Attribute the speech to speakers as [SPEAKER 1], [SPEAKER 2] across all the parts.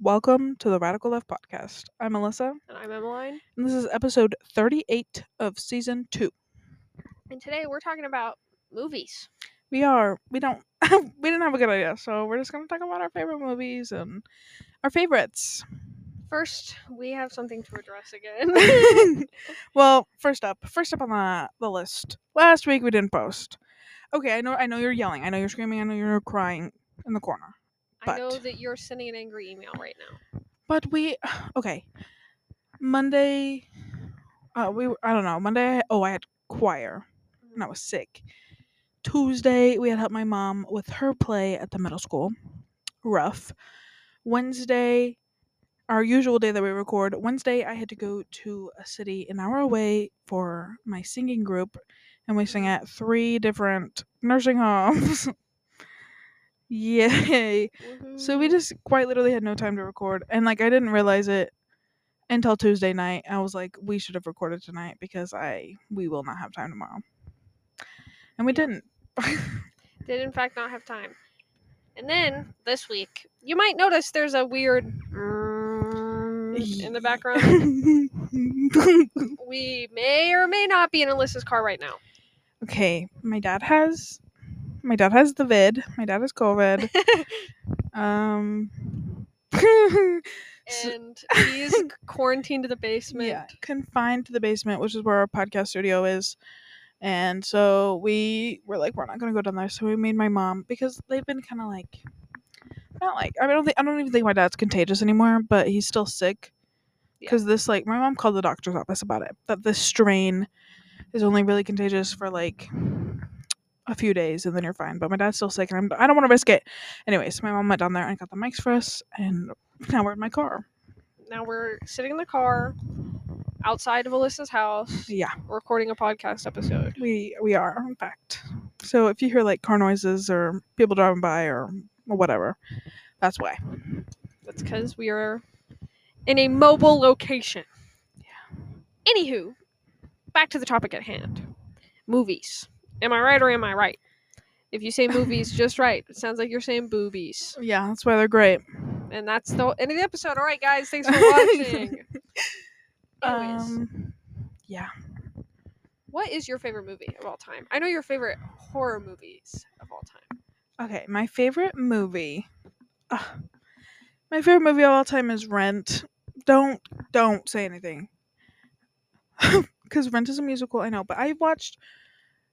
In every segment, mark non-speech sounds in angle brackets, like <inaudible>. [SPEAKER 1] Welcome to the Radical Left Podcast. I'm Melissa,
[SPEAKER 2] And I'm Emmeline.
[SPEAKER 1] and this is episode 38 of season two.
[SPEAKER 2] And today we're talking about movies.
[SPEAKER 1] We are, we don't, <laughs> we didn't have a good idea, so we're just going to talk about our favorite movies and our favorites. <laughs>
[SPEAKER 2] First, we have something to address again. <laughs>
[SPEAKER 1] well, first up, first up on the, the list. Last week we didn't post. Okay, I know, I know you're yelling, I know you're screaming, I know you're crying in the corner.
[SPEAKER 2] I know
[SPEAKER 1] But-
[SPEAKER 2] that you're sending an angry email right now.
[SPEAKER 1] But we <sighs> okay. Monday, uh, we were- I don't know Monday. Oh, I had choir and I was sick. Tuesday, we had helped my mom with her play at the middle school. Rough. Wednesday, our usual day that we record. Wednesday, I had to go to a city an hour away for my singing group, and we sing at three different nursing homes. <laughs> Yay! So we
[SPEAKER 2] Woohoo.
[SPEAKER 1] just quite literally had no time to record. And like I didn't realize it until Tuesday night. I was like, we should have recorded tonight because I we will not have time tomorrow. And we
[SPEAKER 2] Yeah.
[SPEAKER 1] didn't.
[SPEAKER 2] did, in fact, not have time. And then this week, you might notice there's a weird mm in the background.
[SPEAKER 1] <laughs>
[SPEAKER 2] we may or may not be in Alyssa's car
[SPEAKER 1] <laughs>
[SPEAKER 2] right now.
[SPEAKER 1] okay. My dad has my dad has the vid. My dad has COVID. um <laughs> So- <laughs>
[SPEAKER 2] and he's quarantined to the basement.
[SPEAKER 1] Yeah, confined to the basement, which is where our podcast studio is. And so we were like, we're not gonna go down there. So we made my mom because they've been kind of like, not like I, mean, I don't think I don't even think my dad's contagious anymore, but he's still sick.
[SPEAKER 2] Yeah.
[SPEAKER 1] Because this like my mom called the doctor's office about it that this strain is only really contagious for like a few days and then you're fine. But my dad's still sick and I'm, I don't want to risk it. Anyways, my mom went down there and got the mics for us, and now we're in my car.
[SPEAKER 2] Now we're sitting in the car outside of Alyssa's house
[SPEAKER 1] Yeah.
[SPEAKER 2] recording a podcast episode.
[SPEAKER 1] We we are, in fact. So if you hear like car noises or people driving by or whatever, that's why.
[SPEAKER 2] That's because we are in a mobile location. Yeah. Anywho, back to the topic at hand movies. Am I right or am I right? If you say
[SPEAKER 1] <laughs>
[SPEAKER 2] movies just right, it sounds like you're saying boobies.
[SPEAKER 1] Yeah, that's why they're great.
[SPEAKER 2] And that's the end of the episode. All right,
[SPEAKER 1] <laughs>
[SPEAKER 2] guys, thanks for watching. Anyways,
[SPEAKER 1] Um, yeah.
[SPEAKER 2] what is your favorite movie of all time? I know your favorite horror movies of all time.
[SPEAKER 1] Okay, my favorite movie. Ugh. my favorite movie of all time is Rent. Don't don't say anything. <laughs> Because Rent is a musical, I know, but I watched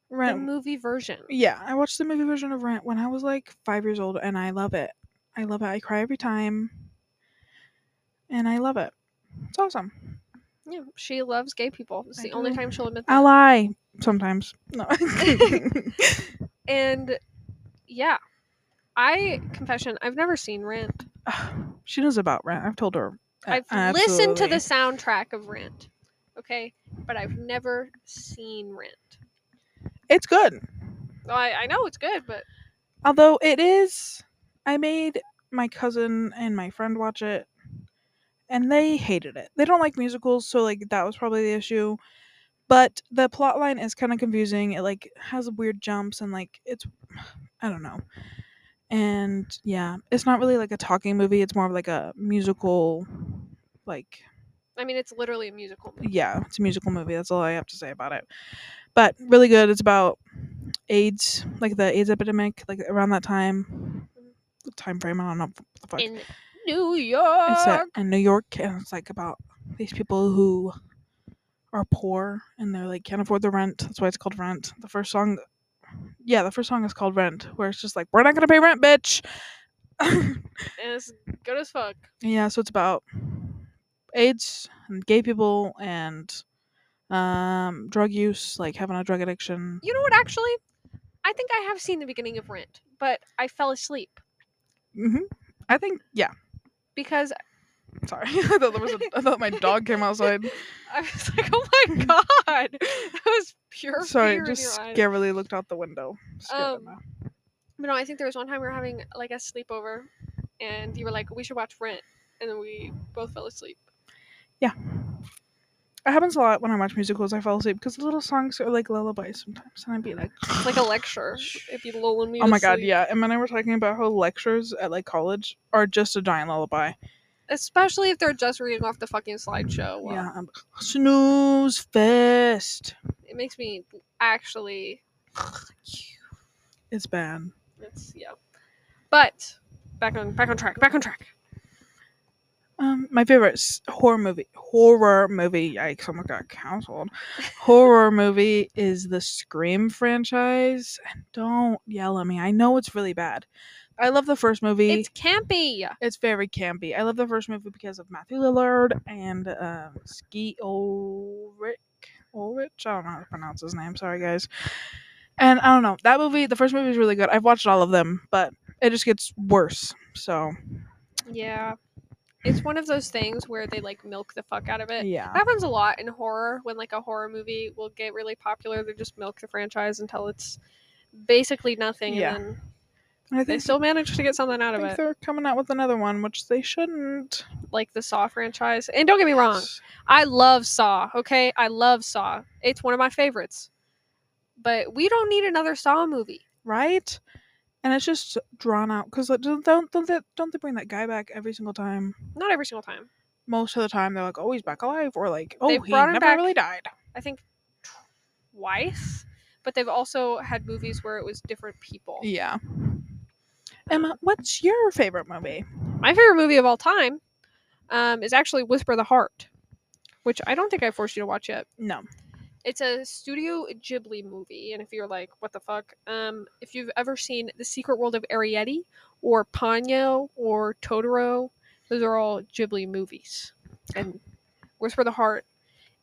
[SPEAKER 1] Rent.
[SPEAKER 2] The movie version.
[SPEAKER 1] Yeah, I watched the movie version of Rent when I was like five years old, and I love it. I love it. I cry every time, and I love it. It's awesome.
[SPEAKER 2] Yeah, she loves gay people. It's
[SPEAKER 1] I
[SPEAKER 2] the only
[SPEAKER 1] do.
[SPEAKER 2] time she'll admit that.
[SPEAKER 1] I lie sometimes.
[SPEAKER 2] <laughs>
[SPEAKER 1] No. <sighs>
[SPEAKER 2] And yeah, I confession, I've never seen Rent.
[SPEAKER 1] Ugh, she knows about Rent. I've told her. a-
[SPEAKER 2] I've listened to
[SPEAKER 1] absolutely.
[SPEAKER 2] the soundtrack of Rent, okay, but I've never seen Rent.
[SPEAKER 1] It's good,
[SPEAKER 2] Well, I, I know it's good, but
[SPEAKER 1] although it is. I made my cousin and my friend watch it, and they hated it. They don't like musicals, so like that was probably the issue. But the plot line is kind of confusing. It like has weird jumps and like it's <sighs> I don't know. And yeah, it's not really like a talking movie. It's more of like a musical like
[SPEAKER 2] I mean, it's literally a musical movie.
[SPEAKER 1] yeah, it's a musical movie. That's all I have to say about it. But really good. It's about AIDS, like the AIDS epidemic, like around that time time frame. I don't know what the fuck.
[SPEAKER 2] In New York.
[SPEAKER 1] it's set in New York, and it's like about these people who are poor and they're like can't afford the rent. That's why it's called Rent. The first song, yeah, the first song is called Rent, where it's just like we're not gonna pay rent, bitch.
[SPEAKER 2] and it's good as fuck.
[SPEAKER 1] Yeah, so it's about AIDS and gay people and um drug use, like having a drug addiction.
[SPEAKER 2] You know what, actually? I think I have seen the beginning of Rent, but I fell asleep
[SPEAKER 1] hmm I think yeah.
[SPEAKER 2] because
[SPEAKER 1] Sorry, <laughs> I thought there was a, I thought my dog
[SPEAKER 2] <laughs>
[SPEAKER 1] came outside.
[SPEAKER 2] I was like, oh my <laughs> god. That was pure
[SPEAKER 1] Sorry,
[SPEAKER 2] fear in
[SPEAKER 1] just
[SPEAKER 2] your eyes.
[SPEAKER 1] scarily looked out the window. Scared
[SPEAKER 2] Um,
[SPEAKER 1] them out.
[SPEAKER 2] But no, I think there was one time we were having like a sleepover, and you were like, "We should watch Rent," and then we both fell asleep.
[SPEAKER 1] Yeah. It happens a lot when I watch musicals. I fall asleep because the little songs are like lullabies sometimes, and I'd be like,
[SPEAKER 2] It's like a lecture. It'd be lulling me
[SPEAKER 1] "Oh
[SPEAKER 2] to
[SPEAKER 1] my god,
[SPEAKER 2] sleep.
[SPEAKER 1] yeah." Emma and I were talking about how lectures at like college are just a giant lullaby.
[SPEAKER 2] Especially if they're just reading off the fucking slideshow. Well,
[SPEAKER 1] Yeah, um, snooze fest.
[SPEAKER 2] It makes me actually.
[SPEAKER 1] It's bad.
[SPEAKER 2] It's yeah. But back on back on track. Back on track.
[SPEAKER 1] Um, my favorite s- horror movie, horror movie, yikes, oh my god, household. horror movie is the Scream franchise. And don't yell at me. I know it's really bad. I love the first movie.
[SPEAKER 2] It's campy.
[SPEAKER 1] It's very campy. I love the first movie because of Matthew Lillard and um, Ski Ulrich. Ulrich? I don't know how to pronounce his name. Sorry, guys. And I don't know. That movie, the first movie is really good. I've watched all of them, but it just gets worse. So,
[SPEAKER 2] Yeah. It's one of those things where they like milk the fuck out of it.
[SPEAKER 1] yeah.
[SPEAKER 2] That happens a lot in horror when like a horror movie will get really popular. They just milk the franchise until it's basically nothing,
[SPEAKER 1] Yeah.
[SPEAKER 2] and then
[SPEAKER 1] And I
[SPEAKER 2] they
[SPEAKER 1] think,
[SPEAKER 2] still manage to get something out
[SPEAKER 1] I
[SPEAKER 2] of
[SPEAKER 1] think
[SPEAKER 2] it,
[SPEAKER 1] they're coming out with another one, which they shouldn't.
[SPEAKER 2] like the Saw franchise. And don't get me wrong, I love Saw. Okay, I love Saw. It's one of my favorites. But we don't need another Saw movie.
[SPEAKER 1] Right? And it's just drawn out because don't don't don't they, don't they bring that guy back every single time?
[SPEAKER 2] Not every single time.
[SPEAKER 1] Most of the time, they're like, "Oh, he's back alive," or like, "Oh,
[SPEAKER 2] They've
[SPEAKER 1] he
[SPEAKER 2] brought him
[SPEAKER 1] never
[SPEAKER 2] back.
[SPEAKER 1] really died."
[SPEAKER 2] I think twice. But they've also had movies where it was different people.
[SPEAKER 1] Yeah. Emma, what's your favorite movie?
[SPEAKER 2] My favorite movie of all time um, is actually Whisper the Heart, which I don't think I forced you to watch yet.
[SPEAKER 1] No.
[SPEAKER 2] It's a Studio Ghibli movie, and if you're like, what the fuck? Um, if you've ever seen The Secret World of Arietti or Ponyo or Totoro, those are all Ghibli movies. And Whisper the Heart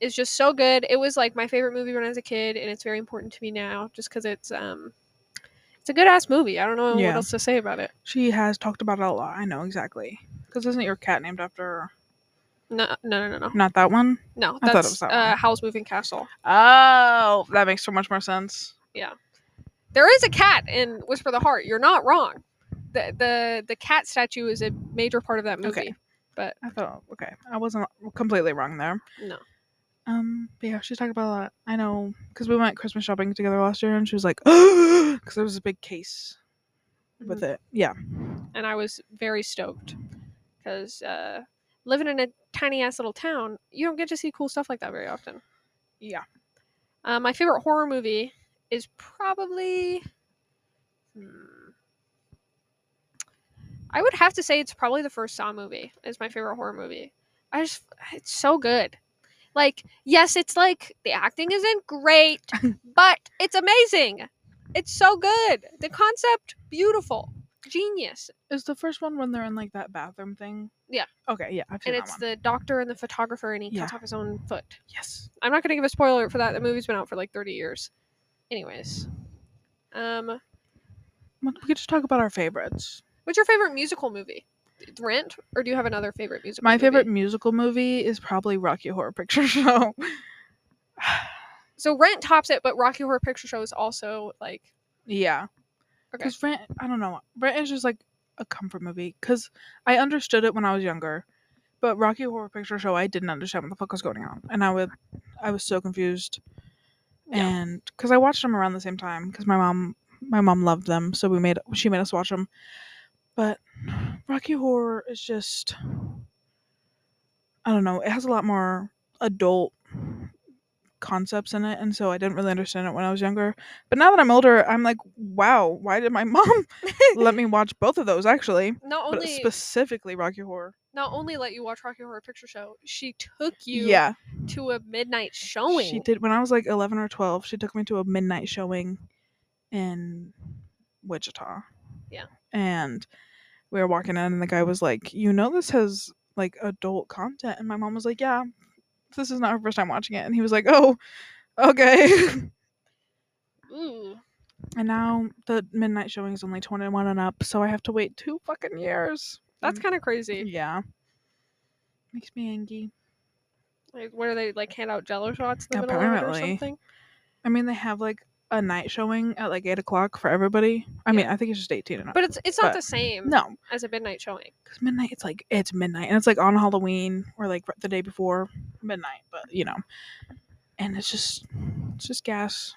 [SPEAKER 2] is just so good. It was like my favorite movie when I was a kid, and it's very important to me now just because it's um, it's a good ass movie. I don't know
[SPEAKER 1] Yeah.
[SPEAKER 2] what else to say about it.
[SPEAKER 1] She has talked about it a lot. I know exactly. Because isn't your cat named after
[SPEAKER 2] No, no, no, no, no.
[SPEAKER 1] not that one?
[SPEAKER 2] No,
[SPEAKER 1] I thought it
[SPEAKER 2] that's
[SPEAKER 1] was that
[SPEAKER 2] uh,
[SPEAKER 1] one.
[SPEAKER 2] Howl's Moving Castle.
[SPEAKER 1] Oh, that makes so much more sense.
[SPEAKER 2] there is a cat in Whisper the Heart. You're not wrong. The the the cat statue is a major part of that movie.
[SPEAKER 1] Okay.
[SPEAKER 2] But
[SPEAKER 1] I thought okay, I wasn't completely wrong there.
[SPEAKER 2] no.
[SPEAKER 1] Um, but yeah, she's talked about a lot. I know because we went Christmas shopping together last year, and she was like, <gasps> because there was a big case with
[SPEAKER 2] Mm-hmm.
[SPEAKER 1] it. Yeah,
[SPEAKER 2] And I was very stoked cuz uh living in a tiny ass little town, you don't get to see cool stuff like that very often.
[SPEAKER 1] yeah.
[SPEAKER 2] Uh, my favorite horror movie is probably hmm, I would have to say it's probably the first Saw movie is my favorite horror movie. I just it's so good. Like, yes, it's like the acting isn't great, but it's amazing. It's so good. The concept beautiful. Genius.
[SPEAKER 1] Is the first one when they're in like that bathroom thing?
[SPEAKER 2] Yeah.
[SPEAKER 1] Okay. Yeah, I've seen
[SPEAKER 2] And
[SPEAKER 1] that
[SPEAKER 2] it's
[SPEAKER 1] one.
[SPEAKER 2] the doctor and the photographer and he cuts
[SPEAKER 1] Yeah.
[SPEAKER 2] off his own foot.
[SPEAKER 1] yes.
[SPEAKER 2] I'm not gonna give a spoiler for that. The movie's been out for like 30 years. Anyways, um,
[SPEAKER 1] Well, We could just talk about our favorites.
[SPEAKER 2] what's your favorite musical movie? Rent, or do you have another favorite musical?
[SPEAKER 1] My
[SPEAKER 2] movie?
[SPEAKER 1] favorite musical movie is probably Rocky Horror Picture <laughs> Show.
[SPEAKER 2] So Rent tops it, but Rocky Horror Picture Show is also like
[SPEAKER 1] yeah.
[SPEAKER 2] Okay.
[SPEAKER 1] Because Rent, I don't know. Rent is just like a comfort movie. Because I understood it when I was younger, but Rocky Horror Picture Show, I didn't understand what the fuck was going on, and I would, I was so confused.
[SPEAKER 2] Yeah.
[SPEAKER 1] And because I watched them around the same time, because my mom, my mom loved them, so we made she made us watch them. But Rocky Horror is just, I don't know. It has a lot more adult concepts in it and so I didn't really understand it when I was younger. But now that I'm older, I'm like, wow, why did my <laughs>
[SPEAKER 2] <laughs>
[SPEAKER 1] mom let me watch both of those actually?
[SPEAKER 2] not
[SPEAKER 1] But
[SPEAKER 2] only
[SPEAKER 1] specifically Rocky Horror.
[SPEAKER 2] not only let you watch Rocky Horror Picture Show, she took you
[SPEAKER 1] yeah.
[SPEAKER 2] to a midnight showing.
[SPEAKER 1] She did when I was like 11 or 12, she took me to a midnight showing in Wichita.
[SPEAKER 2] Yeah.
[SPEAKER 1] And we were walking in and the guy was like, "You know this has like adult content." And my mom was like, "Yeah. This is not her first time watching it." And he was like, "Oh, okay." <laughs>
[SPEAKER 2] Ooh,
[SPEAKER 1] Mm. And now the midnight showing is only 21 and up, so I have to wait two fucking years.
[SPEAKER 2] that's kind of crazy.
[SPEAKER 1] Yeah. Makes me angry.
[SPEAKER 2] Like, what are they like? Hand out Jello shots in the middle of it or
[SPEAKER 1] Apparently.
[SPEAKER 2] something?
[SPEAKER 1] I mean, they have like a night showing at like eight o'clock for everybody. I mean,
[SPEAKER 2] Yeah.
[SPEAKER 1] I think it's just eighteen and up.
[SPEAKER 2] But it's it's not
[SPEAKER 1] But-
[SPEAKER 2] the same
[SPEAKER 1] no,
[SPEAKER 2] as a midnight showing.
[SPEAKER 1] because midnight it's like it's midnight and it's like on Halloween or like the day before midnight. But you know, and it's just it's just gas.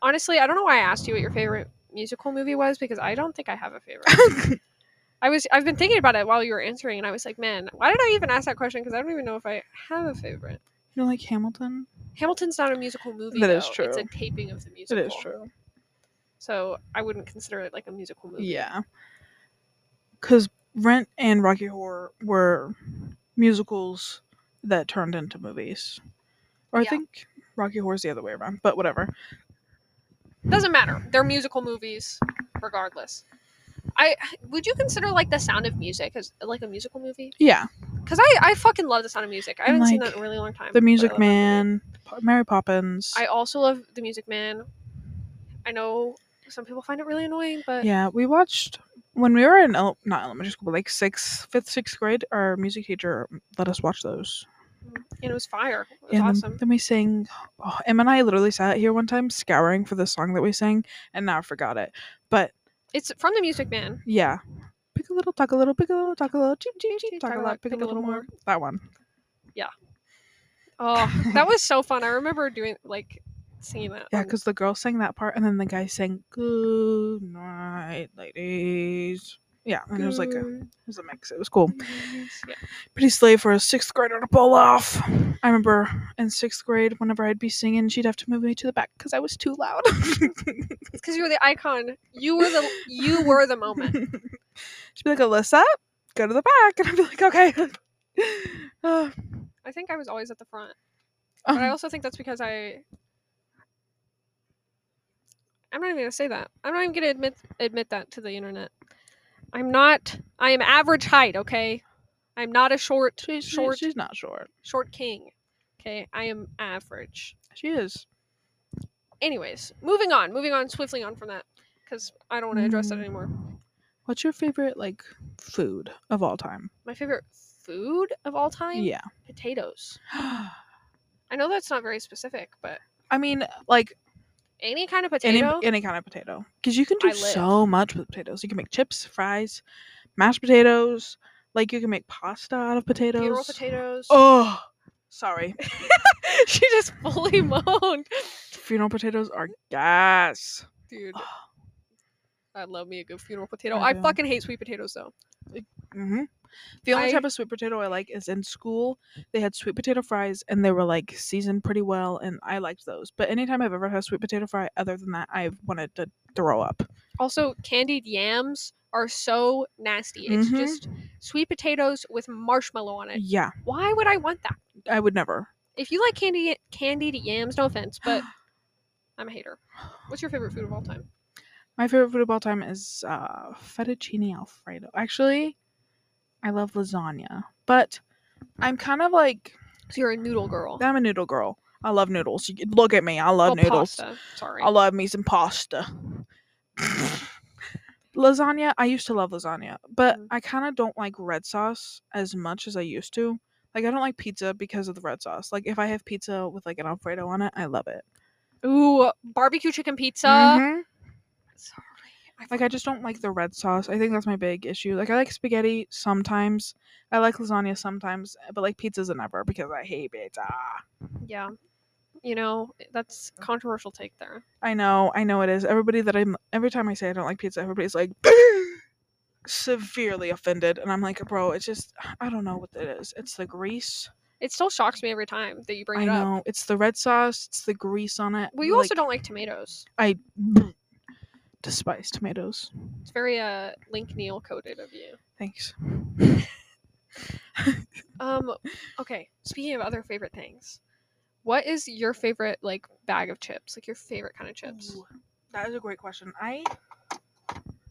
[SPEAKER 2] Honestly, I don't know why I asked you what your favorite musical movie was because I don't think I have a favorite.
[SPEAKER 1] <laughs>
[SPEAKER 2] I was I've been thinking about it while you were answering, and I was like, man, why did I even ask that question? Because I don't even know if I have a favorite.
[SPEAKER 1] You know, like Hamilton.
[SPEAKER 2] Hamilton's not a musical movie.
[SPEAKER 1] That is
[SPEAKER 2] though. It's a
[SPEAKER 1] true.
[SPEAKER 2] taping of the
[SPEAKER 1] It
[SPEAKER 2] musical.
[SPEAKER 1] is true.
[SPEAKER 2] So I wouldn't consider it like a musical movie.
[SPEAKER 1] Yeah, because Rent and Rocky Horror were musicals that turned into movies, or I
[SPEAKER 2] Yeah.
[SPEAKER 1] think Rocky Horror's the other way around. But whatever.
[SPEAKER 2] Doesn't matter. They're musical movies, regardless. I would you consider like The Sound of Music as like a musical movie?
[SPEAKER 1] Yeah,
[SPEAKER 2] Because I I fucking love The Sound of Music. I
[SPEAKER 1] And,
[SPEAKER 2] haven't seen
[SPEAKER 1] like,
[SPEAKER 2] that in a really long time. but
[SPEAKER 1] The
[SPEAKER 2] I
[SPEAKER 1] Music
[SPEAKER 2] love that movie.
[SPEAKER 1] Man, Po- Mary Poppins.
[SPEAKER 2] I also love The Music Man. I know some people find it really annoying, but
[SPEAKER 1] Yeah, we watched when we were in ele- not elementary school, but like sixth, fifth, sixth grade. Our music teacher let us watch those,
[SPEAKER 2] it was fire. It was
[SPEAKER 1] and then-
[SPEAKER 2] awesome.
[SPEAKER 1] then, we sang. Oh, Em and I literally sat here one time scouring for the song that we sang, and now I forgot it. But
[SPEAKER 2] It's from The Music
[SPEAKER 1] <laughs>
[SPEAKER 2] Man.
[SPEAKER 1] yeah, pick a little, talk a little, pick a little, talk a little, cheep cheep cheep, talk a lot, pick a little more. That one.
[SPEAKER 2] Oh, that was so fun. I remember doing like singing that.
[SPEAKER 1] Yeah,
[SPEAKER 2] on-
[SPEAKER 1] because the girl sang that part, and then the guy sang "Good night, ladies." Yeah, and it was like a, it was a mix. It was cool.
[SPEAKER 2] Yeah.
[SPEAKER 1] pretty slave for a sixth grader to pull off. I remember in sixth grade, whenever I'd be singing, she'd have to move me to the back because I was too loud. <laughs>
[SPEAKER 2] It's because you were the icon. You were the you were the moment.
[SPEAKER 1] <laughs> she'd be like, Alyssa, go to the back. And I'd be like, okay. <laughs> Uh,
[SPEAKER 2] I think I was always at the front, but I
[SPEAKER 1] um,
[SPEAKER 2] also think that's because I. I'm not even gonna say that. I'm not even gonna admit admit that to the internet. I'm not. I am average height. Okay, I'm not a short
[SPEAKER 1] she's, she-
[SPEAKER 2] short
[SPEAKER 1] she's not short.
[SPEAKER 2] short king. Okay, I am average.
[SPEAKER 1] She is.
[SPEAKER 2] Anyways, moving on. Moving on swiftly on from that because I don't want to address that
[SPEAKER 1] Mm.
[SPEAKER 2] anymore.
[SPEAKER 1] What's your favorite, like, food of all time?
[SPEAKER 2] My favorite food of all time:
[SPEAKER 1] Yeah. <gasps>
[SPEAKER 2] potatoes. I know that's not very specific, but
[SPEAKER 1] I mean, like,
[SPEAKER 2] any kind of
[SPEAKER 1] any,
[SPEAKER 2] potato.
[SPEAKER 1] any kind of potato. Because you can do
[SPEAKER 2] I live.
[SPEAKER 1] so much with potatoes. You can make chips, fries, mashed potatoes. Like, you can make pasta out of potatoes.
[SPEAKER 2] Funeral potatoes.
[SPEAKER 1] Oh, sorry.
[SPEAKER 2] <laughs> she just fully <laughs> moaned.
[SPEAKER 1] <laughs> Funeral potatoes are gas. <gasps>
[SPEAKER 2] Dude,
[SPEAKER 1] Oh,
[SPEAKER 2] I love me a good funeral potato.
[SPEAKER 1] I
[SPEAKER 2] I
[SPEAKER 1] do.
[SPEAKER 2] fucking hate sweet potatoes though.
[SPEAKER 1] hmm The only
[SPEAKER 2] I-
[SPEAKER 1] type of sweet potato I like is in school. They had sweet potato fries and they were like seasoned pretty well, and I liked those. But anytime I've ever had a sweet potato fry, other than that, I've wanted to throw up.
[SPEAKER 2] Also, candied yams are so nasty. It's
[SPEAKER 1] Mhm.
[SPEAKER 2] just sweet potatoes with marshmallow on it.
[SPEAKER 1] Yeah,
[SPEAKER 2] Why would I want that?
[SPEAKER 1] I would never.
[SPEAKER 2] If you like candy candied yams, no offense, <gasps> but I'm a hater. What's your favorite food of all time?
[SPEAKER 1] My favorite food of all time is uh, fettuccine alfredo. Actually, I love lasagna, but I'm kind of like
[SPEAKER 2] So you're a noodle girl.
[SPEAKER 1] I'm a noodle girl. I love noodles. You- Look at me, I
[SPEAKER 2] Well,
[SPEAKER 1] love noodles.
[SPEAKER 2] Pasta. Sorry.
[SPEAKER 1] I love me some pasta. lasagna, I used to love lasagna, but
[SPEAKER 2] Mhm.
[SPEAKER 1] I kind of don't like red sauce as much as I used to. Like I don't like pizza because of the red sauce. Like if I have pizza with like an alfredo on it, I love it.
[SPEAKER 2] Ooh, barbecue chicken pizza.
[SPEAKER 1] Mhm.
[SPEAKER 2] Sorry. I
[SPEAKER 1] Like I just don't like the red sauce. I think that's my big issue. Like I like spaghetti sometimes. I like lasagna sometimes, but like pizza's a never because I hate pizza.
[SPEAKER 2] Yeah. You know, that's a controversial take there.
[SPEAKER 1] I know, I know it is. Everybody that I'm every time I say I don't like pizza, everybody's <laughs> like severely offended and I'm like, "Bro, it's just I don't know what it is. It's the grease.
[SPEAKER 2] It still shocks me every time that you bring
[SPEAKER 1] I
[SPEAKER 2] it up.
[SPEAKER 1] know. It's the red sauce, it's the grease on it.
[SPEAKER 2] Well, you also don't like tomatoes.
[SPEAKER 1] I <clears throat> despise tomatoes.
[SPEAKER 2] It's very uh Link Neal coded of you.
[SPEAKER 1] Thanks.
[SPEAKER 2] Um okay, speaking of other favorite things. What is your favorite like bag of chips? Like your favorite kind of chips?
[SPEAKER 1] Ooh, that is a great question. I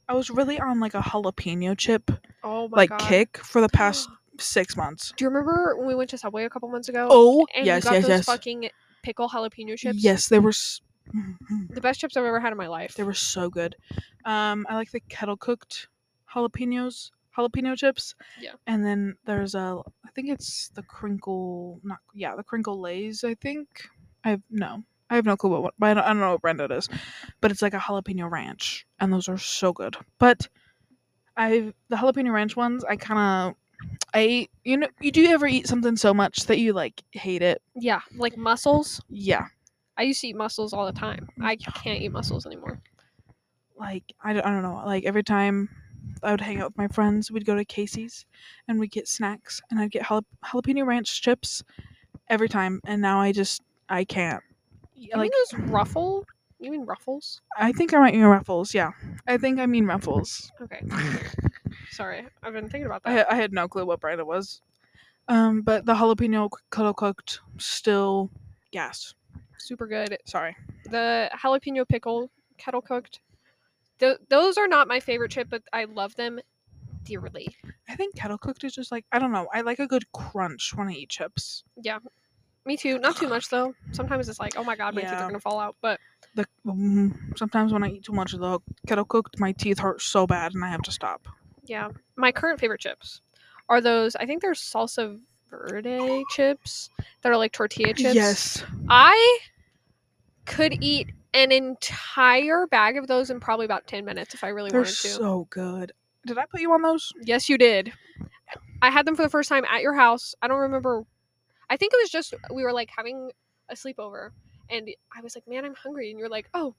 [SPEAKER 1] I was really on like a jalapeno chip
[SPEAKER 2] Oh my
[SPEAKER 1] like
[SPEAKER 2] god.
[SPEAKER 1] kick for
[SPEAKER 2] <gasps>
[SPEAKER 1] the past 6 months.
[SPEAKER 2] Do you remember when we went to Subway a couple months ago?
[SPEAKER 1] Oh,
[SPEAKER 2] and
[SPEAKER 1] yes,
[SPEAKER 2] you got
[SPEAKER 1] yes,
[SPEAKER 2] those
[SPEAKER 1] yes.
[SPEAKER 2] fucking pickle jalapeno chips?
[SPEAKER 1] Yes, they were s- Mhm.
[SPEAKER 2] The best chips I've ever had in my life.
[SPEAKER 1] They were so good. Um, I like the kettle cooked jalapenos, jalapeno chips.
[SPEAKER 2] Yeah.
[SPEAKER 1] And then there's a, I think it's the crinkle, not yeah, the crinkle lays. I think I no, I have no clue what, one- but I don't, I don't know what brand it is, but it's like a jalapeno ranch, and those are so good. But I the jalapeno ranch ones, I kind of I ate- you know you do ever eat something so much that you like hate it?
[SPEAKER 2] Yeah, like mussels.
[SPEAKER 1] Yeah,
[SPEAKER 2] I used to eat mussels all the time. I can't eat mussels anymore.
[SPEAKER 1] like I don't, I don't know. Like every time I would hang out with my friends, we'd go to Casey's and we'd get snacks, and I'd get jala- jalapeno ranch chips every time. And now I just I can't.
[SPEAKER 2] You
[SPEAKER 1] like-
[SPEAKER 2] mean those ruffle? You mean ruffles?
[SPEAKER 1] I think I might mean ruffles. Yeah, I think I mean ruffles. <laughs>
[SPEAKER 2] Okay. Sorry, I've been thinking about
[SPEAKER 1] I,
[SPEAKER 2] that.
[SPEAKER 1] I had no clue what brand it was. Um, but the jalapeno cuddle cooked still gas.
[SPEAKER 2] Super good.
[SPEAKER 1] Sorry.
[SPEAKER 2] The jalapeno pickle kettle cooked. Th- those are not my favorite chip, but I love them dearly.
[SPEAKER 1] I think kettle cooked is just like I don't know. I like a good crunch when I eat chips.
[SPEAKER 2] Yeah. Me too. Not too much though. Sometimes it's like, oh my god, my teeth
[SPEAKER 1] Yeah.
[SPEAKER 2] are gonna fall out. But
[SPEAKER 1] The mm, sometimes when I eat too much of the kettle cooked, my teeth hurt so bad and I have to stop.
[SPEAKER 2] yeah, my current favorite chips are those. I think they're salsa verde chips that are like tortilla chips.
[SPEAKER 1] Yes.
[SPEAKER 2] I could eat an entire bag of those in probably about ten minutes if I really
[SPEAKER 1] They're
[SPEAKER 2] wanted to.
[SPEAKER 1] so good. Did I put you on those?
[SPEAKER 2] Yes, you did. I had them for the first time at your house. I don't remember. I think it was just we were like having a sleepover, and I was like, "Man, I'm hungry," and you're like, "Oh,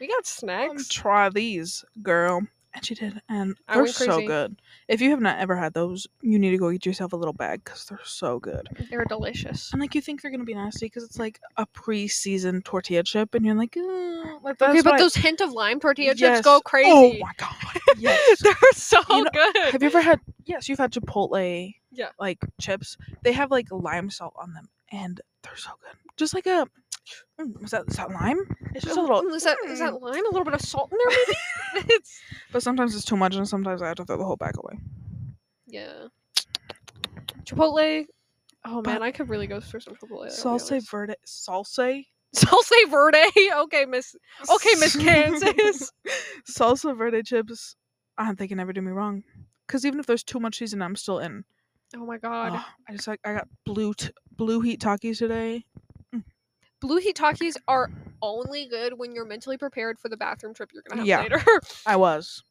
[SPEAKER 2] we got
[SPEAKER 1] Um,
[SPEAKER 2] snacks."
[SPEAKER 1] try these, girl. And she did, and
[SPEAKER 2] I
[SPEAKER 1] they're
[SPEAKER 2] went
[SPEAKER 1] so
[SPEAKER 2] crazy.
[SPEAKER 1] good. If you have not ever had those, you need to go get yourself a little bag because they're so good.
[SPEAKER 2] They're delicious.
[SPEAKER 1] And like you think they're gonna be nasty because it's like a pre-seasoned tortilla chip, and you're like, "Ugh," like
[SPEAKER 2] okay,
[SPEAKER 1] that's
[SPEAKER 2] but
[SPEAKER 1] what I-
[SPEAKER 2] those hint of lime tortilla
[SPEAKER 1] Yes.
[SPEAKER 2] chips go
[SPEAKER 1] Oh
[SPEAKER 2] crazy.
[SPEAKER 1] my god, yes.
[SPEAKER 2] <laughs> They're so
[SPEAKER 1] You know-
[SPEAKER 2] good.
[SPEAKER 1] have you ever had? Yes, you've had Chipotle.
[SPEAKER 2] Yeah.
[SPEAKER 1] Like chips, they have like lime salt on them, and they're so good. Just like a, mm, is that is that lime? It's just a little.
[SPEAKER 2] Mm, Is that, is
[SPEAKER 1] mm.
[SPEAKER 2] that lime? A little bit of salt
[SPEAKER 1] <laughs>
[SPEAKER 2] in there, maybe? it's,
[SPEAKER 1] But sometimes it's too much, and sometimes I have to throw the whole bag away.
[SPEAKER 2] yeah. Chipotle. Oh man,
[SPEAKER 1] But-
[SPEAKER 2] I could really go through some Chipotle. I'll
[SPEAKER 1] <laughs>
[SPEAKER 2] be
[SPEAKER 1] Salsa
[SPEAKER 2] honest.
[SPEAKER 1] verde, salsa.
[SPEAKER 2] Salsa verde. <laughs> Okay, Miss. Okay,
[SPEAKER 1] <laughs>
[SPEAKER 2] Miss Kansas.
[SPEAKER 1] salsa verde chips. I don't think can ever do me wrong. Cause even if there's too much season, I'm still in.
[SPEAKER 2] Oh my god.
[SPEAKER 1] Ugh, I just like I got blue t- blue heat takis today.
[SPEAKER 2] Blue heat Takis are only good when you're mentally prepared for the bathroom trip you're gonna have
[SPEAKER 1] Yeah.
[SPEAKER 2] later.
[SPEAKER 1] I was.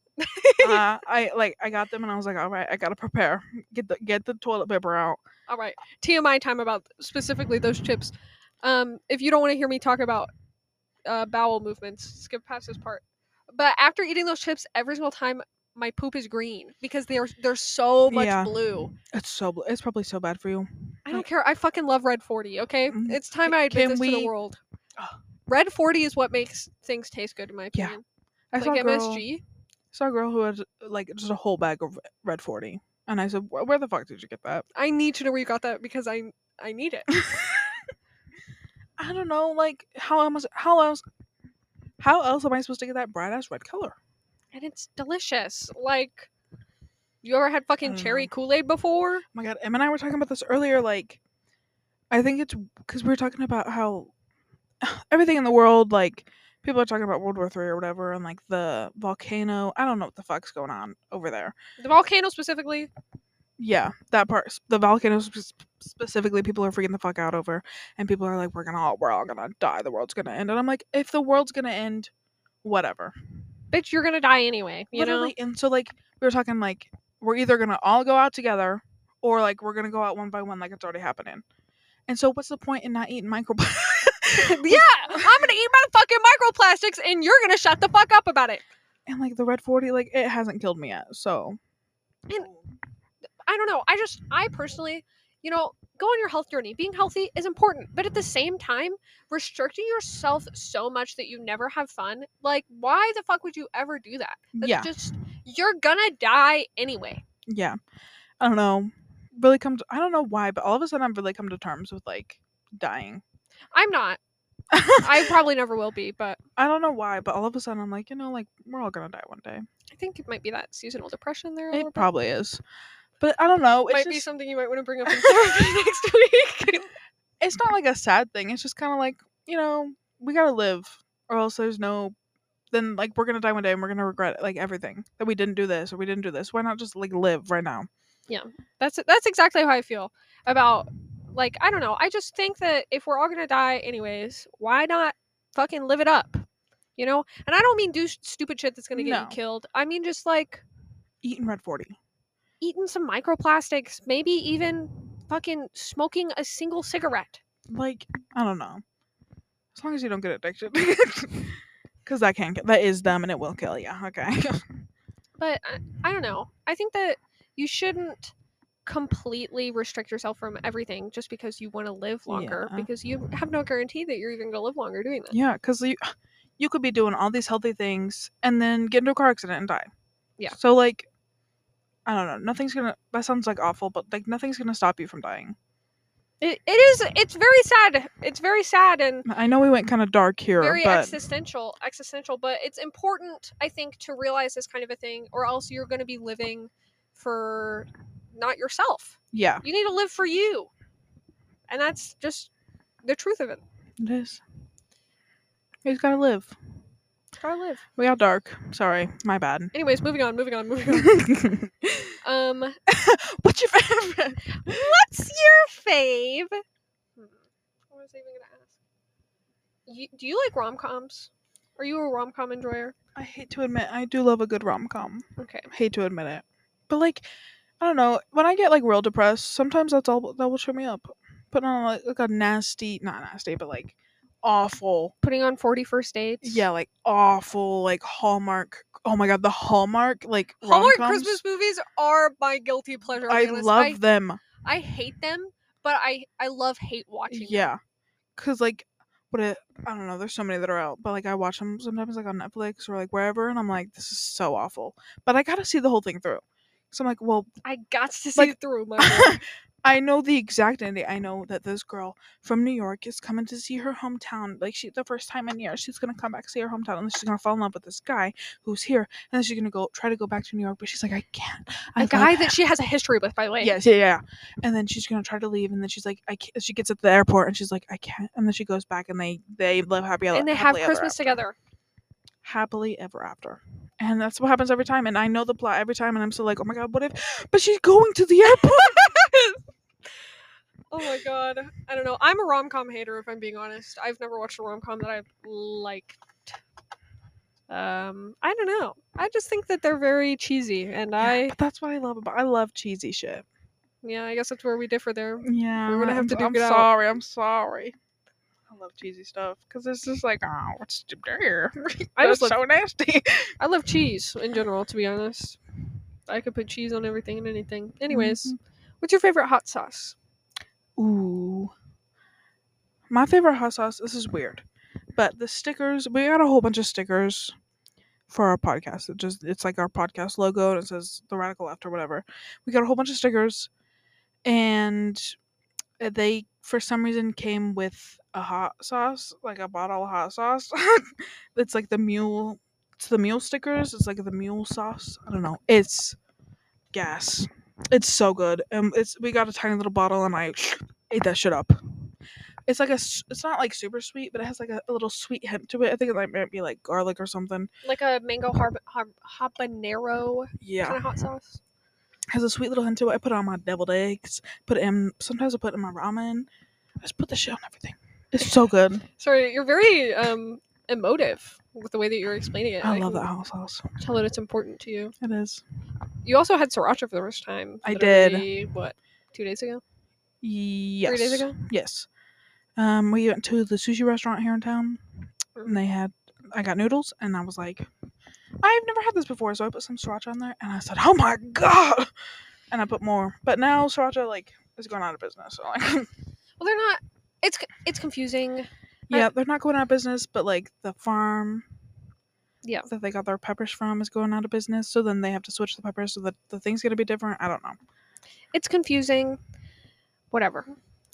[SPEAKER 1] uh, I like I got them and I was like, all right, I gotta prepare. Get the get the toilet paper out.
[SPEAKER 2] All right, TMI time about specifically those chips. Um, if you don't want to hear me talk about uh, bowel movements, skip past this part. But after eating those chips, every single time my poop is green because they are they're so much
[SPEAKER 1] Yeah.
[SPEAKER 2] blue.
[SPEAKER 1] It's so bl- it's probably so bad for you.
[SPEAKER 2] I don't care. I fucking love Red Forty. Okay,
[SPEAKER 1] Mm.
[SPEAKER 2] it's time I admit
[SPEAKER 1] Can
[SPEAKER 2] this to
[SPEAKER 1] we-
[SPEAKER 2] the world.
[SPEAKER 1] Ugh.
[SPEAKER 2] Red Forty is what makes things taste good, in my
[SPEAKER 1] Yeah.
[SPEAKER 2] opinion.
[SPEAKER 1] I saw
[SPEAKER 2] like
[SPEAKER 1] a girl-
[SPEAKER 2] MSG.
[SPEAKER 1] saw a girl who had like just a whole bag of red forty, and I said, "Wh- where the fuck did you get that?
[SPEAKER 2] I need to know where you got that because I I
[SPEAKER 1] <laughs>
[SPEAKER 2] need it.
[SPEAKER 1] I don't know. Like how else? How else? How else am I supposed to get that bright ass red color? Oh
[SPEAKER 2] and it's delicious. Like, you ever had
[SPEAKER 1] I
[SPEAKER 2] fucking
[SPEAKER 1] don't
[SPEAKER 2] cherry
[SPEAKER 1] know.
[SPEAKER 2] Kool Aid before?
[SPEAKER 1] Oh my god, Em and I were talking about this earlier. Like, I think it's because we were talking about how <sighs> everything in the world, like, people are talking about World War Three or whatever, and like the volcano. I don't know what the fuck's going on over there.
[SPEAKER 2] The volcano specifically.
[SPEAKER 1] Yeah, that part, s- the volcano sp- specifically, people are freaking the fuck out over, and people are like, we're gonna all, we're all gonna die. The world's gonna end, and I'm like, if the world's gonna end, whatever.
[SPEAKER 2] Bitch, you're gonna die anyway. You
[SPEAKER 1] Literally, and so like we were talking like we're either gonna all go out together or like we're gonna go out one by one like it's already happening. And so what's the point in not eating micro?
[SPEAKER 2] know? <laughs> Yeah, I'm gonna eat my fucking microplastics, and you're gonna shut the fuck up about it.
[SPEAKER 1] <laughs> and like the red forty, like it hasn't killed me yet. So
[SPEAKER 2] I don't know. I just, I personally, you know, go on your health journey. Being healthy is important, but at the same time, restricting yourself so much that you never have fun. Like, why the fuck would you ever do that? That's
[SPEAKER 1] yeah,
[SPEAKER 2] just you're gonna die anyway.
[SPEAKER 1] yeah. I don't know. Really come to I don't know why, but all of a sudden I've really come to terms with like dying.
[SPEAKER 2] I'm not.
[SPEAKER 1] <laughs>
[SPEAKER 2] I
[SPEAKER 1] I
[SPEAKER 2] probably never will be, but
[SPEAKER 1] I don't know why, but all of a sudden I'm like, you know, like we're all gonna die one day.
[SPEAKER 2] I think it might be that seasonal depression there. a little
[SPEAKER 1] It
[SPEAKER 2] bit.
[SPEAKER 1] probably is. But I don't know. It's
[SPEAKER 2] Mm-hmm. might
[SPEAKER 1] just,
[SPEAKER 2] be something you might want
[SPEAKER 1] <laughs>
[SPEAKER 2] to bring up in therapy next week.
[SPEAKER 1] it's not like a sad thing. It's just kind of like you know we gotta live, or else there's no. Then like we're gonna die one day and we're gonna regret like everything that we didn't do this or we didn't do this. Why not just like live right now?
[SPEAKER 2] that's that's exactly how I feel about Like, I don't know. I just think that if we're all gonna die anyways, why not fucking live it up? You know? And I don't mean do s- stupid shit that's gonna get
[SPEAKER 1] No.
[SPEAKER 2] you killed. I mean just like
[SPEAKER 1] Eating Red 40.
[SPEAKER 2] eating some microplastics, maybe even fucking smoking a single cigarette.
[SPEAKER 1] Like, I don't know. As long as you don't get addicted. <laughs> Because that can, that is them and it will kill you. Okay. <laughs>
[SPEAKER 2] But I, I don't know. I think that you shouldn't completely restrict yourself from everything just because you want to live longer
[SPEAKER 1] Yeah.
[SPEAKER 2] because you have no guarantee that you're even going to live longer doing that.
[SPEAKER 1] yeah, because you, you could be doing all these healthy things and then get into a car accident and die.
[SPEAKER 2] Yeah.
[SPEAKER 1] So, like, I don't know. Nothing's gonna, that sounds like awful, but like, nothing's gonna stop you from dying.
[SPEAKER 2] It, it is it's very sad. It's very sad and
[SPEAKER 1] I know we went kind of dark here,
[SPEAKER 2] very
[SPEAKER 1] but
[SPEAKER 2] existential existential but it's important i think to realize this kind of a thing or else you're going to be living for not yourself
[SPEAKER 1] yeah,
[SPEAKER 2] you need to live for you and that's just the truth of it
[SPEAKER 1] it is. You just gotta live.
[SPEAKER 2] gotta live
[SPEAKER 1] We got dark. Sorry, my bad. <laughs>
[SPEAKER 2] anyways moving on moving on moving
[SPEAKER 1] What's
[SPEAKER 2] on
[SPEAKER 1] <laughs>
[SPEAKER 2] um
[SPEAKER 1] your favorite?
[SPEAKER 2] what's your fave Hmm, what was i even gonna ask you, do you like rom-coms are you a rom-com enjoyer
[SPEAKER 1] I hate to admit, I do love a good rom com.
[SPEAKER 2] okay
[SPEAKER 1] Hate to admit it, but like, I don't know. When I get like real depressed, sometimes that's all that will cheer me up. Put on like, like a nasty, not nasty, but like awful.
[SPEAKER 2] putting on 40 first dates
[SPEAKER 1] Yeah, like awful, like Hallmark. Oh my god, the Hallmark like
[SPEAKER 2] Hallmark
[SPEAKER 1] rom-coms,
[SPEAKER 2] Christmas movies are my guilty pleasure.
[SPEAKER 1] I
[SPEAKER 2] playlist.
[SPEAKER 1] love
[SPEAKER 2] I,
[SPEAKER 1] them.
[SPEAKER 2] I hate them, but I I love hate watching. them.
[SPEAKER 1] Yeah, cause like, what it, I don't know. There's so many that are out, but like I watch them sometimes like on Netflix or like wherever, and I'm like, this is so awful. But I gotta see the whole thing through. So I'm like, well,
[SPEAKER 2] I got to see
[SPEAKER 1] Like-
[SPEAKER 2] it
[SPEAKER 1] <laughs>
[SPEAKER 2] through my. boy.
[SPEAKER 1] I know the exact ending. I know that this girl from New York is coming to see her hometown. Like she, the first time in years, she's gonna come back see her hometown, and then she's gonna fall in love with this guy who's here, and then she's gonna go try to go back to New York, but she's like, I can't. I
[SPEAKER 2] A
[SPEAKER 1] love
[SPEAKER 2] guy that she has a history with, by <laughs> the way.
[SPEAKER 1] Yes, yeah, yeah. And then she's gonna try to leave, and then she's like, I can't. She gets at the airport, and she's like, I can't. And then she goes back, and they they live happy.
[SPEAKER 2] And they have
[SPEAKER 1] happily ever
[SPEAKER 2] Christmas
[SPEAKER 1] after.
[SPEAKER 2] together.
[SPEAKER 1] happily ever after. And that's what happens every time. And I know the plot every time, and I'm still like, oh my god, what if? But she's going to
[SPEAKER 2] <laughs>
[SPEAKER 1] the airport.
[SPEAKER 2] Oh my god. I don't know. I'm a rom com hater, if I'm being honest. I've never watched a rom com that I've liked. Um, I don't know. I just think that they're very cheesy, and
[SPEAKER 1] Yeah,
[SPEAKER 2] I
[SPEAKER 1] but that's what I love about. I love cheesy shit.
[SPEAKER 2] yeah, I guess that's where we differ there.
[SPEAKER 1] Yeah,
[SPEAKER 2] We're gonna have
[SPEAKER 1] I'm,
[SPEAKER 2] to
[SPEAKER 1] I'm
[SPEAKER 2] duke it out.
[SPEAKER 1] sorry. I'm sorry. I love cheesy stuff because it's just like, oh, what's there? <laughs>
[SPEAKER 2] I
[SPEAKER 1] I was
[SPEAKER 2] just love-
[SPEAKER 1] so nasty.
[SPEAKER 2] I love cheese in general, to be honest. I could put cheese on everything and anything. Anyways,
[SPEAKER 1] Mhm.
[SPEAKER 2] what's your favorite hot sauce?
[SPEAKER 1] Ooh. My favorite hot sauce, this is weird. But the stickers, we got a whole bunch of stickers for our podcast. It just it's like our podcast logo and it says the radical left or whatever. We got a whole bunch of stickers and they for some reason came with a hot sauce, like a bottle of hot sauce. <laughs> it's like the mule it's the mule stickers. It's like the mule sauce. I don't know. It's gas. It's so good. Um, it's we got a tiny little bottle, and I ate that shit up. It's like a, s- it's not like super sweet, but it has like a, a little sweet hint to it. I think it like might be like garlic or something.
[SPEAKER 2] Like a mango harb- har- habanero
[SPEAKER 1] Yeah,
[SPEAKER 2] kind of hot sauce.
[SPEAKER 1] has a sweet little hint to it. I put it on my deviled eggs. Put it in. Sometimes I put it in my ramen. I just put the shit on everything. It's so
[SPEAKER 2] <laughs>
[SPEAKER 1] good.
[SPEAKER 2] Sorry, you're very um emotive with the way that you're explaining it.
[SPEAKER 1] I love that
[SPEAKER 2] can
[SPEAKER 1] hot sauce.
[SPEAKER 2] Tell that it's important to you.
[SPEAKER 1] It is.
[SPEAKER 2] You also had sriracha for the first time.
[SPEAKER 1] I did.
[SPEAKER 2] literally, What? Two days ago?
[SPEAKER 1] Yes.
[SPEAKER 2] Three days ago?
[SPEAKER 1] Yes. Um, we went to the sushi restaurant here in town, and
[SPEAKER 2] Mm.
[SPEAKER 1] they had. I got noodles, and I was like, I've never had this before, so I put some sriracha on there, and I said, "Oh my god!" And I put more, but now sriracha like is going out of business. So like, <laughs>
[SPEAKER 2] Well, they're not. It's it's confusing.
[SPEAKER 1] yeah, they're not going out of business, but like the farm,
[SPEAKER 2] Yeah.
[SPEAKER 1] that they got their peppers from is going out of business. So then they have to switch the peppers, so that the thing's gonna be different. I don't know.
[SPEAKER 2] it's confusing. Whatever.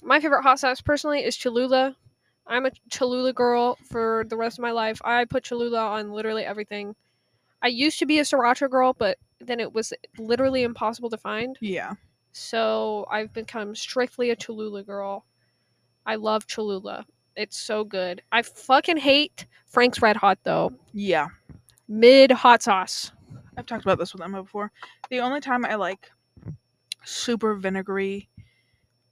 [SPEAKER 2] My favorite hot sauce personally is Cholula. I'm a Cholula girl for the rest of my life. I put Cholula on literally everything. I used to be a Sriracha girl, but then it was literally impossible to find.
[SPEAKER 1] Yeah,
[SPEAKER 2] So I've become strictly a Cholula girl. I love Cholula. It's so good. I fucking hate Frank's Red Hot though.
[SPEAKER 1] yeah.
[SPEAKER 2] Mid hot sauce.
[SPEAKER 1] I've talked about this with Emma before. The only time I like super vinegary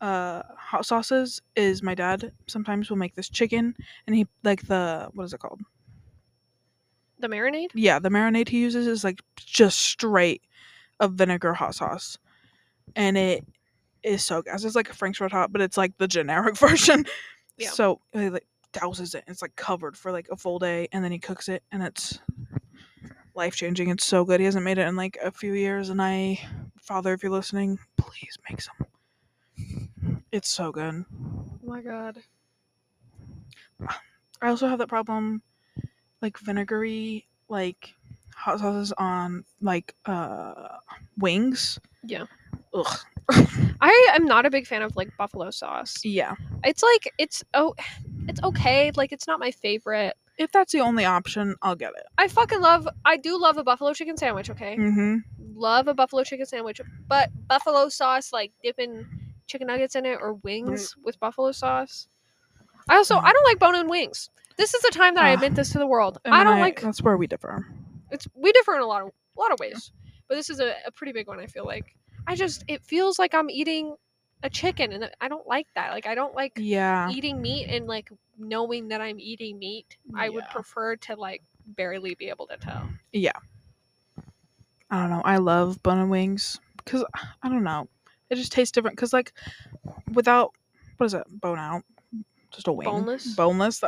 [SPEAKER 1] uh, hot sauces is my dad sometimes will make this chicken and he like the what is it called?
[SPEAKER 2] The marinade?
[SPEAKER 1] Yeah, the marinade he uses is like just straight of vinegar hot sauce, and it is so good. It's like a Frank's red hot, but it's like the generic <laughs> version.
[SPEAKER 2] Yeah.
[SPEAKER 1] So he like douses it. And it's like covered for like a full day, and then he cooks it, and it's life changing. It's so good. He hasn't made it in like a few years, and I, father, if you're listening, please make some. It's so good.
[SPEAKER 2] Oh my god.
[SPEAKER 1] I also have that problem, like vinegary, like hot sauces on like uh wings.
[SPEAKER 2] Yeah.
[SPEAKER 1] Ugh.
[SPEAKER 2] I am not a big fan of like buffalo sauce.
[SPEAKER 1] Yeah.
[SPEAKER 2] It's like it's oh <sighs> it's okay, like it's not my favorite.
[SPEAKER 1] If that's the only option, I'll get it.
[SPEAKER 2] I fucking love I do love a buffalo chicken sandwich, okay?
[SPEAKER 1] Mm-hmm.
[SPEAKER 2] Love a buffalo chicken sandwich, but buffalo sauce like dipping chicken nuggets in it or wings with buffalo sauce. I also I don't like bone-in wings. This is the time that I
[SPEAKER 1] Ah.
[SPEAKER 2] admit this to the world. I don't like
[SPEAKER 1] That's where we differ.
[SPEAKER 2] it's we differ in a lot of a lot of ways but this is a, a pretty big one i feel like i just it feels like i'm eating a chicken and i don't like that like i don't like
[SPEAKER 1] Yeah.
[SPEAKER 2] eating meat and like knowing that i'm eating meat i would
[SPEAKER 1] Yeah.
[SPEAKER 2] prefer to like barely be able to tell
[SPEAKER 1] I don't know. I love bun and wings because I don't know. It just tastes different. Because like, without what is it? Bone out. Just a wing.
[SPEAKER 2] Boneless?
[SPEAKER 1] Boneless.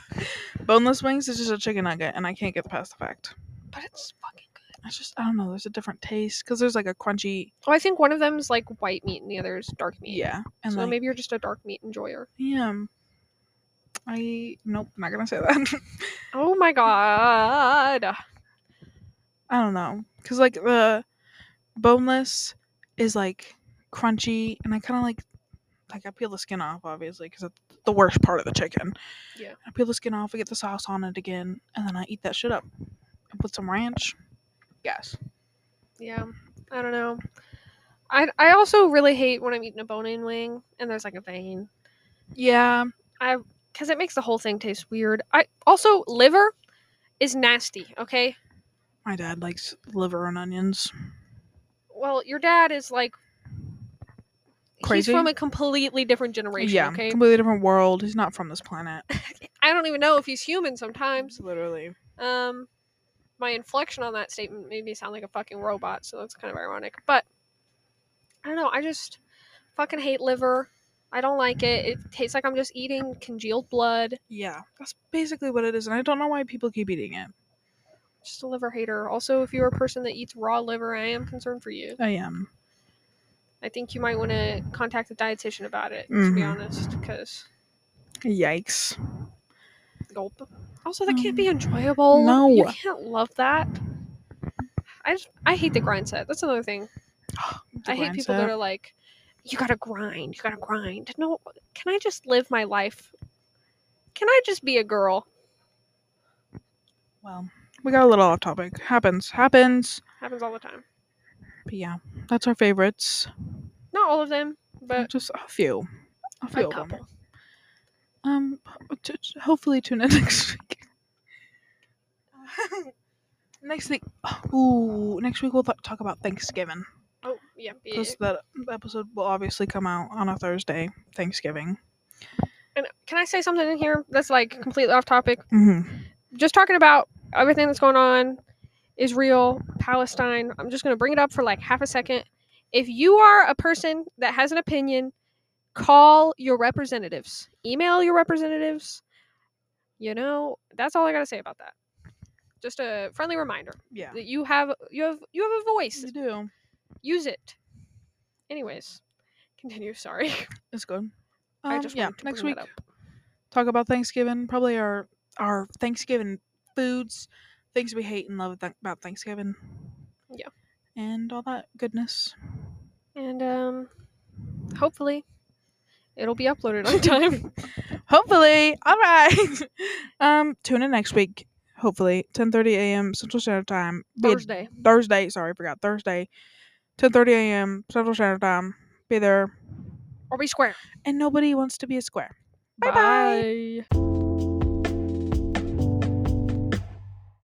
[SPEAKER 1] <laughs> boneless wings is just a chicken nugget, and I can't get past the fact.
[SPEAKER 2] but it's
[SPEAKER 1] <sighs>
[SPEAKER 2] fucking good
[SPEAKER 1] It's just I don't know. There's a different taste because there's like a crunchy.
[SPEAKER 2] oh i think one of them is like white meat and the other is dark meat
[SPEAKER 1] Yeah. And
[SPEAKER 2] so
[SPEAKER 1] like,
[SPEAKER 2] maybe you're just a dark meat enjoyer
[SPEAKER 1] yeah. I nope. Not gonna say <laughs> that.
[SPEAKER 2] oh my god
[SPEAKER 1] I don't know, cause like the boneless is like crunchy, and I kind of like like I peel the skin off, obviously, cause it's the worst part of the chicken.
[SPEAKER 2] Yeah.
[SPEAKER 1] I peel the skin off, I get the sauce on it again, and then I eat that shit up. I put some ranch. Yes.
[SPEAKER 2] yeah i don't know i i also really hate when i'm eating a bone-in wing and there's like a vein
[SPEAKER 1] Yeah.
[SPEAKER 2] because it makes the whole thing taste weird. I also liver is nasty. Okay,
[SPEAKER 1] My dad likes liver and onions.
[SPEAKER 2] well, your dad is like
[SPEAKER 1] Crazy?
[SPEAKER 2] He's from a completely different generation.
[SPEAKER 1] yeah.
[SPEAKER 2] okay,
[SPEAKER 1] Completely different world. He's not from this planet.
[SPEAKER 2] I don't even know if he's human sometimes.
[SPEAKER 1] Literally.
[SPEAKER 2] Um, my inflection on that statement made me sound like a fucking robot, so that's kind of ironic. But I don't know. I just fucking hate liver. I don't like it. It tastes like I'm just eating congealed blood.
[SPEAKER 1] Yeah. That's basically what it is, and I don't know why people keep eating it.
[SPEAKER 2] Just a liver hater. Also, if you're a person that eats raw liver, I am concerned for you.
[SPEAKER 1] I um, am.
[SPEAKER 2] I think you might want to contact a dietitian about it, to be
[SPEAKER 1] Mhm.
[SPEAKER 2] honest, because
[SPEAKER 1] Yikes.
[SPEAKER 2] gulp. Also, that can't be enjoyable.
[SPEAKER 1] No.
[SPEAKER 2] you can't love that. I just, I hate the grind set. That's another thing. I hate people that are like, you gotta grind, you gotta grind. No, can I just live my life? Can I just be a girl?
[SPEAKER 1] Well, we got a little off topic. Happens, happens.
[SPEAKER 2] Happens all the time.
[SPEAKER 1] But yeah, that's our favorites.
[SPEAKER 2] Not all of them, but
[SPEAKER 1] Just a few, a
[SPEAKER 2] a
[SPEAKER 1] few of them.
[SPEAKER 2] couple.
[SPEAKER 1] Um, t- t- hopefully tune in <laughs> next week. next week, ooh, next week we'll th- talk about Thanksgiving
[SPEAKER 2] <laughs> Oh, yeah. yeah.
[SPEAKER 1] because that episode will obviously come out on a Thursday, Thanksgiving.
[SPEAKER 2] And can I say something in here that's like completely off topic?
[SPEAKER 1] hmm
[SPEAKER 2] just talking about everything that's going on Israel, Palestine. I'm just going to bring it up for like half a second. If you are a person that has an opinion, call your representatives, email your representatives. You know, that's all I got to say about that. Just a friendly reminder
[SPEAKER 1] Yeah, Mm-hmm.
[SPEAKER 2] that you have you have you have a voice.
[SPEAKER 1] we do.
[SPEAKER 2] Use it. Anyways, continue. Sorry, <laughs>
[SPEAKER 1] It's good. Um,
[SPEAKER 2] I just
[SPEAKER 1] yeah,
[SPEAKER 2] wanted to
[SPEAKER 1] next
[SPEAKER 2] bring
[SPEAKER 1] week
[SPEAKER 2] that up.
[SPEAKER 1] talk about Thanksgiving, probably our our Thanksgiving foods, things we hate and love th- about Thanksgiving.
[SPEAKER 2] Yeah.
[SPEAKER 1] And all that goodness.
[SPEAKER 2] and um, hopefully, it'll be uploaded on <laughs> time.
[SPEAKER 1] Hopefully. All right. <laughs> um tune in next week. Hopefully, 10:30 a.m. Central Standard Time. Be-
[SPEAKER 2] Thursday.
[SPEAKER 1] Thursday. Sorry, I forgot. Thursday, 10:30 a.m. Central Standard Time. Be there.
[SPEAKER 2] or be square.
[SPEAKER 1] And nobody wants to be a square. Bye-bye.
[SPEAKER 2] Bye.